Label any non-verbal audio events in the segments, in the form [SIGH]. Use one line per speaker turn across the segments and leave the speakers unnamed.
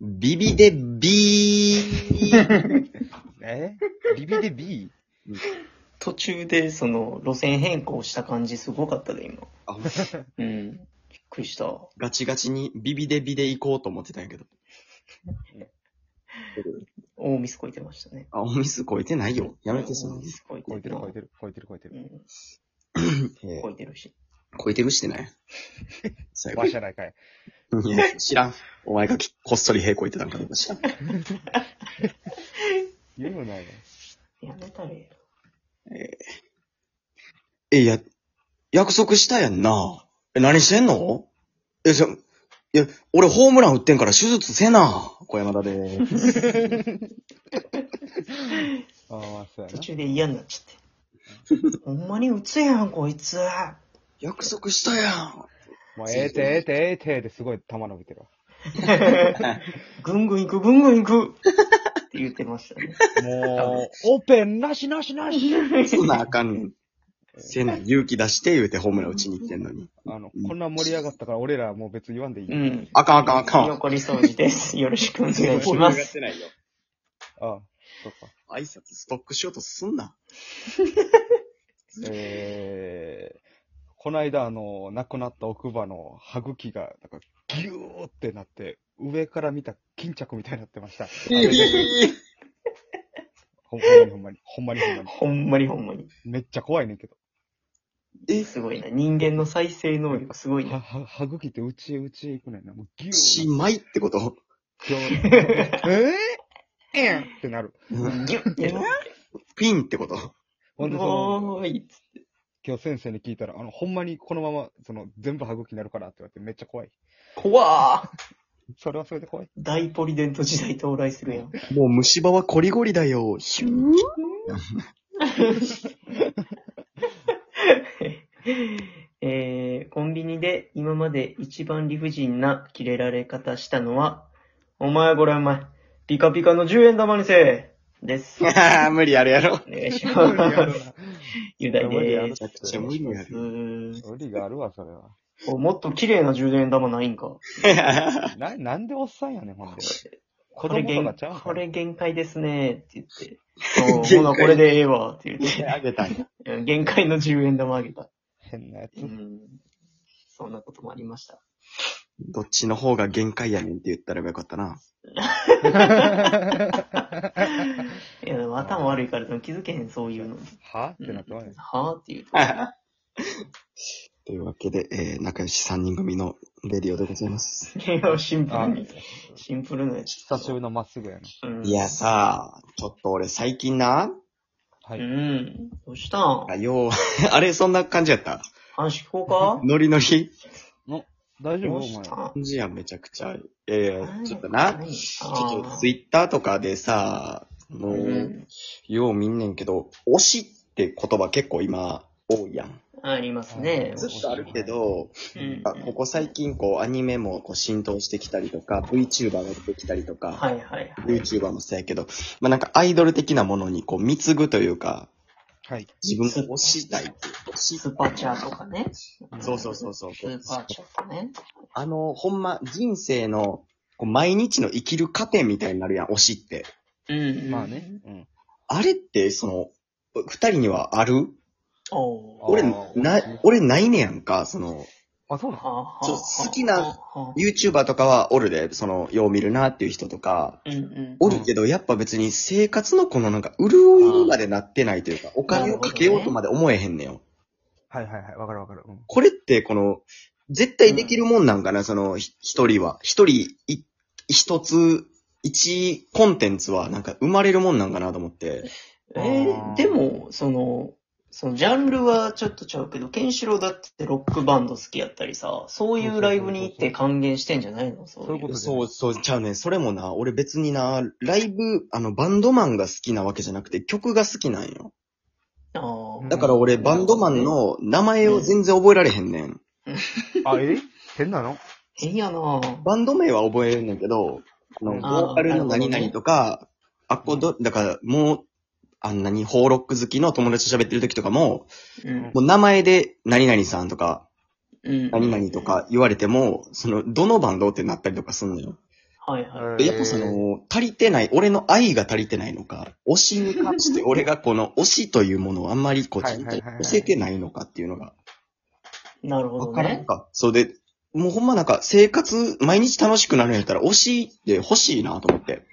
ビビデビー。
えビビで B?
途中でその路線変更した感じすごかったで、今。
あ
うん。びっくりした。
ガチガチにビビデビで行こうと思ってたんやけど。
大ミスこいてましたね。
あ、お水超えてないよ。やめてその
大ミスこいて
超えて
る
る
な。
超えてる超えてる超えて
う
る。
ん。
え
こいてるし。
超えてるしてない。最後
わし。ゃないかい。
い
[LAUGHS]
や知らん。お前がきこっそり平行いてたんかどうか知らん。
言うのないわ。
やめたらえ
え、いや、約束したやんな。え、何してんのえ、じゃ、いや、俺ホームラン打ってんから手術せな。小山田でーす。
ああ、まあ、そう
え
や
途
な。
中で嫌になっちゃって。ほんまに打つやん、こいつ。
約束したやん。
もう、ええて、ええて、ええて、ですごい球伸びてるわ。
ぐんぐん行く、ぐんぐん行く。って言ってまし
[LAUGHS]
たね。
もう、オペンなしなしなし。
そんなあかんねん。せな、勇気出して言うてホームラン打ちに行ってんのに。
あの、こんな盛り上がったから俺らもう別に言わんでいい。
うん。
あかんあかんあかん。
横り掃
[LAUGHS]
除です。よろしくお願いします。
てないよ。
ああ、そうか。
挨拶ストックしようとすんな。
えー、この間、あの、亡くなった奥歯の歯茎が、なんか、ギューってなって、上から見た巾着みたいになってました。ほんまにほんまに、ほんまにほんまに。
ほんまにほんまに。
めっちゃ怖いねんけど。
え、
すごいな。人間の再生能力すごい
は、
な。
は、歯茎ってうちへうちへ行くねんな。もうギュー
しまいってこと
なって。えー、えー、ってなる。
ギュッて
[LAUGHS]
な。
ピンってこと
ほんで、その、
おーい。
今日先生に聞いたら、あの、ほんまにこのまま、その、全部歯茎になるからって言われてめっちゃ怖い。
怖
[LAUGHS]
ー。
それはそれで [LAUGHS] 怖い。
大ポリデント時代到来するやん。
もう虫歯はコリゴリだよ。ヒュー
[LAUGHS] えー、コンビニで今まで一番理不尽なキレられ方したのは、お前これお前、ピカピカの10円玉にせえです。お
あ [LAUGHS] あ、無理あるやろ。
願いし
無理
ま
があ
す。
るな。
ゆだい
無理やろ
でー
めちゃくちゃ無理やる。
す。
無理があるわ、それは。
おもっと綺麗な10円玉ないんか。
な、なんでおっさんやねん、ほんで。子
これ
供とか
限
ちゃうんか
こ
ら
れ限界ですねーって言って。
限界
そう、ほなこれでええわって言って。
あげたんや。
うん限界の10円玉あげた。
変なやつ
う。ん。そんなこともありました。
どっちの方が限界やねんって言ったらよかった [LAUGHS] な。
いや、でも頭悪いからでも気づけへん、そういうの。
[LAUGHS] はって
うん
なってまい
はぁって言うと。
というわけで、えー、仲良し3人組のレディオでございます。
いや、シンプル
あ
に。シンプルなやつ。
久しぶりのまっすぐやな。
うん
いやさあ、ちょっと俺最近な、
は
う
い。
ん。どうしたん
あよう、 [LAUGHS] あれそんな感じやった
話聞こうか
ノリノリ
大丈夫
ど
お
う
前
し。た
感じやん、めちゃくちゃ。えー、
ん
ちょっとな、
何
ち
あ
ょっと
ー
ツイッターとかでさ、も
う
う、
ん。
よう見んねんけど、推しって言葉結構今、多いやん。
ありますね。
ずっとあるけど、
うん
あここ最近こうアニメもこう浸透してきたりとか、VTuber が出てきたりとか、
はいはいはい。
YouTuber もそうやけど、まあなんかアイドル的なものにこう貢ぐというか、
はい。
自分を推したいっていう。推し
スーパーチャーとかね。
そうそうそうそう。
スーパーチャーとかね。
あの、ほんま人生のこう毎日の生きる過程みたいになるやん、推しって。
うん。
まあね。。うん。
あれって、その、二人にはある
お
俺
あー、
な
推し、
俺ないねやんか、その、
あ、そうなの
は
そう好きな
は
YouTuber とかはおるで、その、よう見るなっていう人とか、
うんうん。
おるけど、やっぱ別に生活のこのなんか、潤いまでなってないというか、お金をかけようとまで思えへんねんよ。
はいはいはい。わかるわかる。うん。
これって、この、絶対できるもんなんかな、その、ひ一人は。一人、い一つ、一コンテンツは、なんか生まれるもんなんかなと思って。
えーでも、その、そのジャンルはちょっとちゃうけど、ケンシロウだってロックバンド好きやったりさ、そういうライブに行って還元してんじゃないのそう
そういうこと
そうそう、ちゃうねん。それもな、俺別にな、ライブ、あの、バンドマンが好きなわけじゃなくて、曲が好きなんよ。
あー
だから俺、バンドマンの名前を全然覚えられへんねん。
あ、え変なの
変やなぁ。
バンド名は覚えるんだけど、あの、
うん
ボーカルの何々とか、あっこど、だからもう、あんなにホーロック好きの友達と喋ってる時とかも、
うん。
もう名前で何々さんとか、
うん。
何々とか言われても、その、どのバンドってなったりとかすんのよ。
はいはい。
やっぱその、足りてない、俺の愛が足りてないのか、推しに関して俺がこの推しというものをあんまりこう、
は
ちゃ
い
ん
は
と
いはいはい
教えてないのかっていうのが、
なるほ
わ
ど
からん
ね。
か。そうで、もうほんまなんか生活、毎日楽しくなるんやったら推しって欲しいなと思って。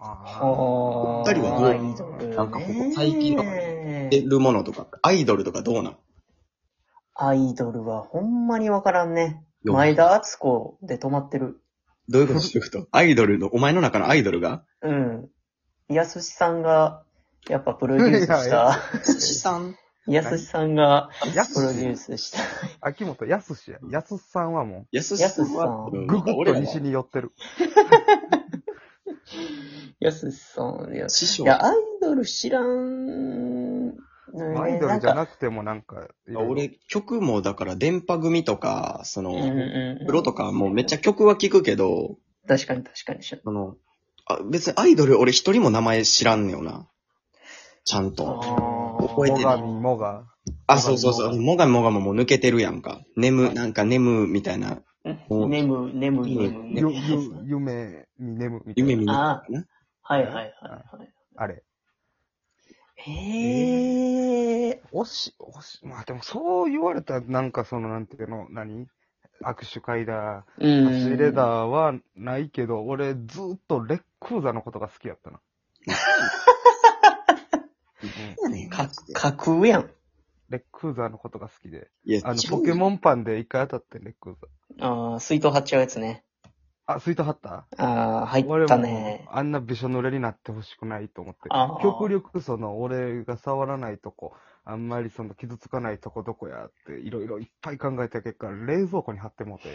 あー
は
二人はどう
アイドルね。
なんかここ最近とか出るものとか、アイドルとかどうな
アイドルはほんまにわからんね。
の
前。田敦子で止まってる。
どういうことどういうことアイドルの、お前の中のアイドルが
うん。やすしさんが、やっぱプロデュースし
いや
た、
土さん。
やすしさんが
や
プロデュ
す
ースした。
秋元やすしや。やすさんはも
やす
やすしさん
う、ぐぐっと西に寄ってる。
やすしさん、いや、
師匠
い。やアイドル知らんのよね。
アイドルじゃ
んか
なくてもなんか、いろいろ
俺、曲もだから、電波組とか、その、
うんうんうん
プロとか、もうめっちゃ曲は聞くけど、
確かに確かに。
その、あ別にアイドル俺一人も名前知らんねよな。ちゃんと。覚え
モ
てな
ガ
い
ミモガ。
あ、そうそうそう。もがもがももう抜けてるやんか。眠、なんか眠みたいな。もう
ネム、ネム、ネム、ネ
ゆ、
ム。
ゆ、夢見眠みたいな。
夢見に
あ
な。
はいはいはいはい。
あれ。
へえ。
おし、おし、まあでもそう言われたらなんかそのなんていうの、何握手会だ、
う
差し入れだ。はないけど、俺ずっとレックーザのことが好きやった
[LAUGHS]
な。うん
やねん
か、架空やん。
レックーザのことが好きで。
いや、
あの、
違う
ポケモンパンで一回当たってんレックーザ。
ああ、水筒貼っちゃうやつね。
あ、スイートハッター
ああ、入
俺
ったね
も。あんなびしょ濡れになってほしくないと思って
あー。
極力その俺が触らないとこ、あんまりその傷つかないとこどこやっていろいろいっぱい考えた結果、冷蔵庫に貼ってもうて、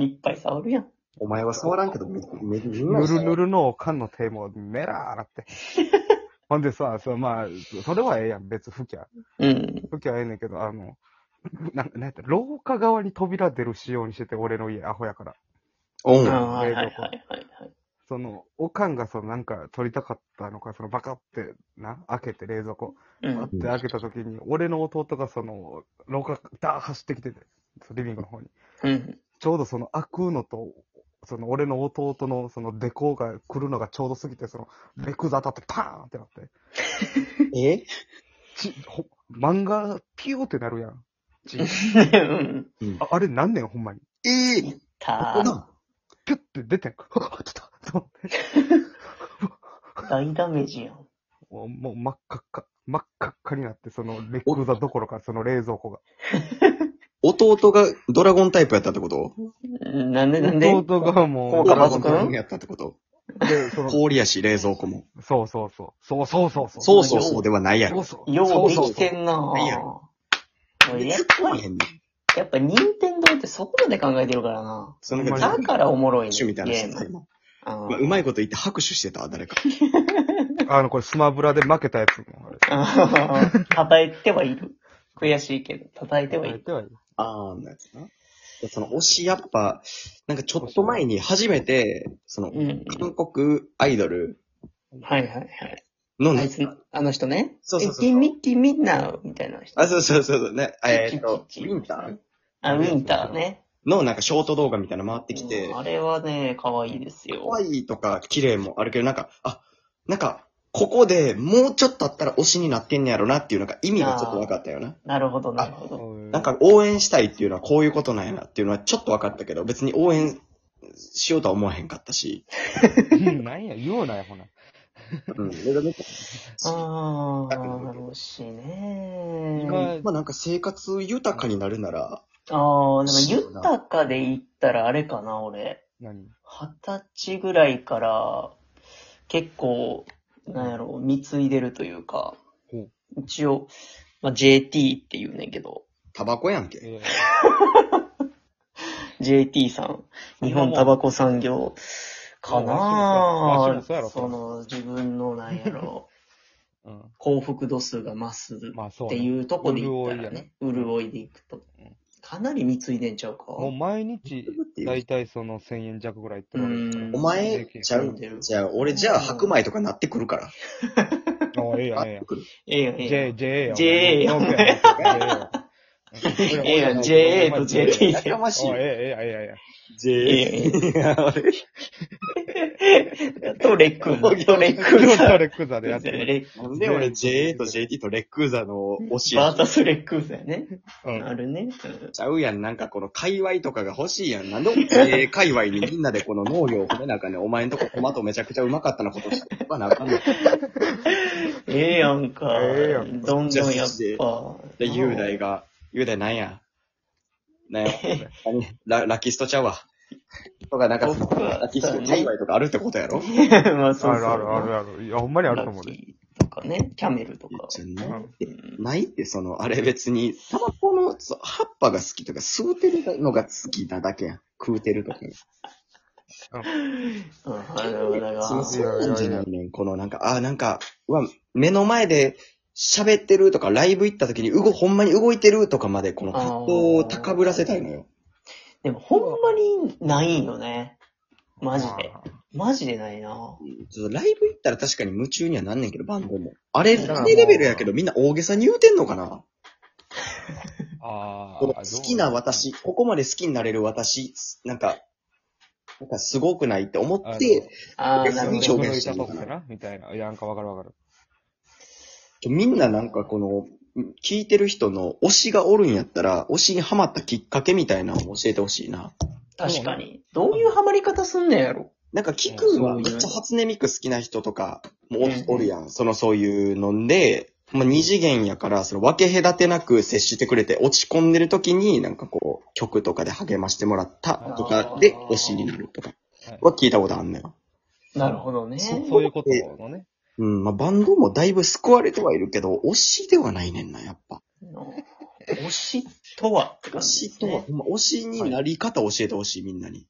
いっぱい触るやん。
お前は触らんけど、め、め、ぬ
ぬるぬるの缶の手もメラーなって。ほんでさ、そうまあ、それはええやん、別吹きゃ。
うん。
吹きゃええねんけど、あの、なんなんやった廊下側に扉出る仕様にしてて、俺の家、アホやから。
お
あ
ん。
あ、
あ
はいはいはいはいはい。
その、おかんがそのなんか取りたかったのか、そのバカってな、開けて冷蔵庫。
う
あっ
ん。
て開けた時に、俺の弟がその、廊下、ダーッ走ってきてて、リビングの方に。
うん。
ちょうどその開くのと、その俺の弟のそのデコが来るのがちょうど過ぎて、その、レクザ当たってパーンってなって、
え
ち、ほ、漫画、ピューってなるやん。ち、
うん。
ああれなんねん、ほんまに。
え
い
ー、
た
こんな
ピュって出てん。はっ、来たと思って
大ダメージやん。
もう、もう真っ赤っか、真っ赤っかになって、その、レクザどころか、その冷蔵庫が。
弟がドラゴンタイプやったってこと
うんなんでなんで
弟がも
効
う、
ド
果
ラゴ
バ
ン
抜
タイ
群
プやったってこと
で、その、
氷やし、冷蔵庫も。
そうそうそう。そうそうそうそう。
そうそうそうではないや
そ
ろ
う。そう。
ようで
そう
きてんなぁ
いや
もうやっ
突っ込
ぱ
ま
り、
へんねん。
やっぱ任天堂ってそこまで考えてるからな。
その
ほんまに
なん
だからおもろい
拍手
ね。
みたいな
ゲ
人
ーム。あ
まあ
ー
うまいこと言って拍手してた、誰か。
そうあの、これスマブラで負けたやつもあれ。
あー [LAUGHS] 叩いてはいる。悔しいけど、叩いてはいる。
てはいる。
あー、なやつな。その推し、やっぱ、なんかちょっと前に初めて、その
う、ん。
韓国アイドル
はいはいはい。
の、
あいつ、あの人ね。
そうそうそう
えミッキーミッキーミッナーみたいな人。
あ、そうそうそうそう、ね、えーっと、ウ
キッチン
ィンター
あ、ウィンターね。
のなんかショート動画みたいなの回ってきて
うん、あれはね、可愛いですよ。
可愛いとか綺麗もあるけど、なんか、あ、なんか、ここでもうちょっとあったら推しになってんねやろなっていう、なんか意味がちょっと分かったよな。
なるほど、なるほど。
なん、か応援したいっていうのはこういうことなんやなっていうのはちょっと分かったけど、別に応援しようとは思わへんかった
[LAUGHS]
し。
なん [LAUGHS] や、言うなよ、ほな。
うん。でなんか
ああ、楽しいね。
今、
まあなんか生活豊かになるなら、
ああ、でも豊かで言ったらあれかな、俺。
何
二十歳ぐらいから、結構、なんやろう、貢いでるというか
ほう、
一応、まあ、JT って言うねんけど、
タバコやんけ。
JT さん、日本タバコ産業か
わし
な
もそうやろ
その、自分のなんやろ、
うん。
幸福度数が増すっ
まあそう
て
ね。
いうとこで言った
潤いや
ら
ね
ね、潤いでいくと
うん。
かなり貢いでんちゃうか。
もう毎日、だいたいその1000円弱ぐらいいって
う
お
ん
前、ちゃう
うん
じゃあ、俺じゃあ白米とかなってくるから。
あ、ええやん、ええ
なってくる。
ええやんええ
J、
やん
J やん。
JA やん
農家やん。うん
ええやん JA と JT
やかましい
おい。ええええええええ。
J、
[LAUGHS] と、レックン。と、レック
黒
ンザ。
とレックザでやってる。
レッ
なんで俺 JA と JT とレックーザの推し
バ
や
ータスレックンザやね。
うん。
あるね。
ちゃうやん。なんかこの界隈とかが欲しいやん。なんで俺 JA 界隈にみんなでこの農業を褒めなあかんねんお前んとこトマトめちゃくちゃうまかったなことしかなあかんねん。
ええやんか。
ええやん
どんどんやっぱ。
で、雄大が、雄大なんやなんや
[LAUGHS]
何ララキストちゃうわ。とか、なんか、
僕は
ラキスト界隈とかあるってことやろ
[LAUGHS] まあ、
あ
そうそう。
るあるあるある。いや、ほんまにあると
ラ
思う
ッキ
で。
ーとかね、キャメルとか。
じゃ
う
ない
ん
うん
ないって、その、あれ別に、タバコのそう葉っぱが好きとか、吸うてるのが好きなだけやん。食うてるとか。
あなるほどなる
そ
ほ
の
ど。
そうなんじゃないねん。このなんか、あ、なんか、うわ、目の前で喋ってるとか、ライブ行った時に、うご、ほんまに動いてるとかまで、この葛藤を高ぶらせたいのよ。
でも、ほんまにないんよね。マジで。
あ
マジでないな。
ちょっとライブ行ったら確かに夢中にはなんねんけど、バンドも。あれ、あれレベルやけど、みんな大げさに言うてんのかな
あ
この好きな。私、ここまで好きになれる私、なんか、なんかすごくないって思
あ
っ
の
て、
ああ、
な
な
る
る
に
ほ
ほ
表
ど。
ど。
現
表現
し
したた
の
と
かな
かなみたいな。いや、なんかわかるわかる。
みんななんかこの、聞いてる人の推しがおるんやったら、推しにハマったきっかけみたいなのを教えてほしいな。
確かに。どういうハマり方すんねんやろ。
なんか聞くんは
うん
めっちゃ初音ミク好きな人とかも
うん
おおるやん。そのそういうので、まあ、二次元やから、その分け隔てなく接してくれて、落ち込んでる時になんかこう、曲とかで励ましてもらったとかで
あー
推しになるとか
はい
は聞いたことあんのよ。
なるほどね。
そう
そういうことのね。
うん、まあバンドもだいぶ救われてはいるけど、推しではないねんな、やっぱ。
推しとはって
推
感じで
し
す
とは、
ね。
ほんま推しになり方教えてほしい、みんなに。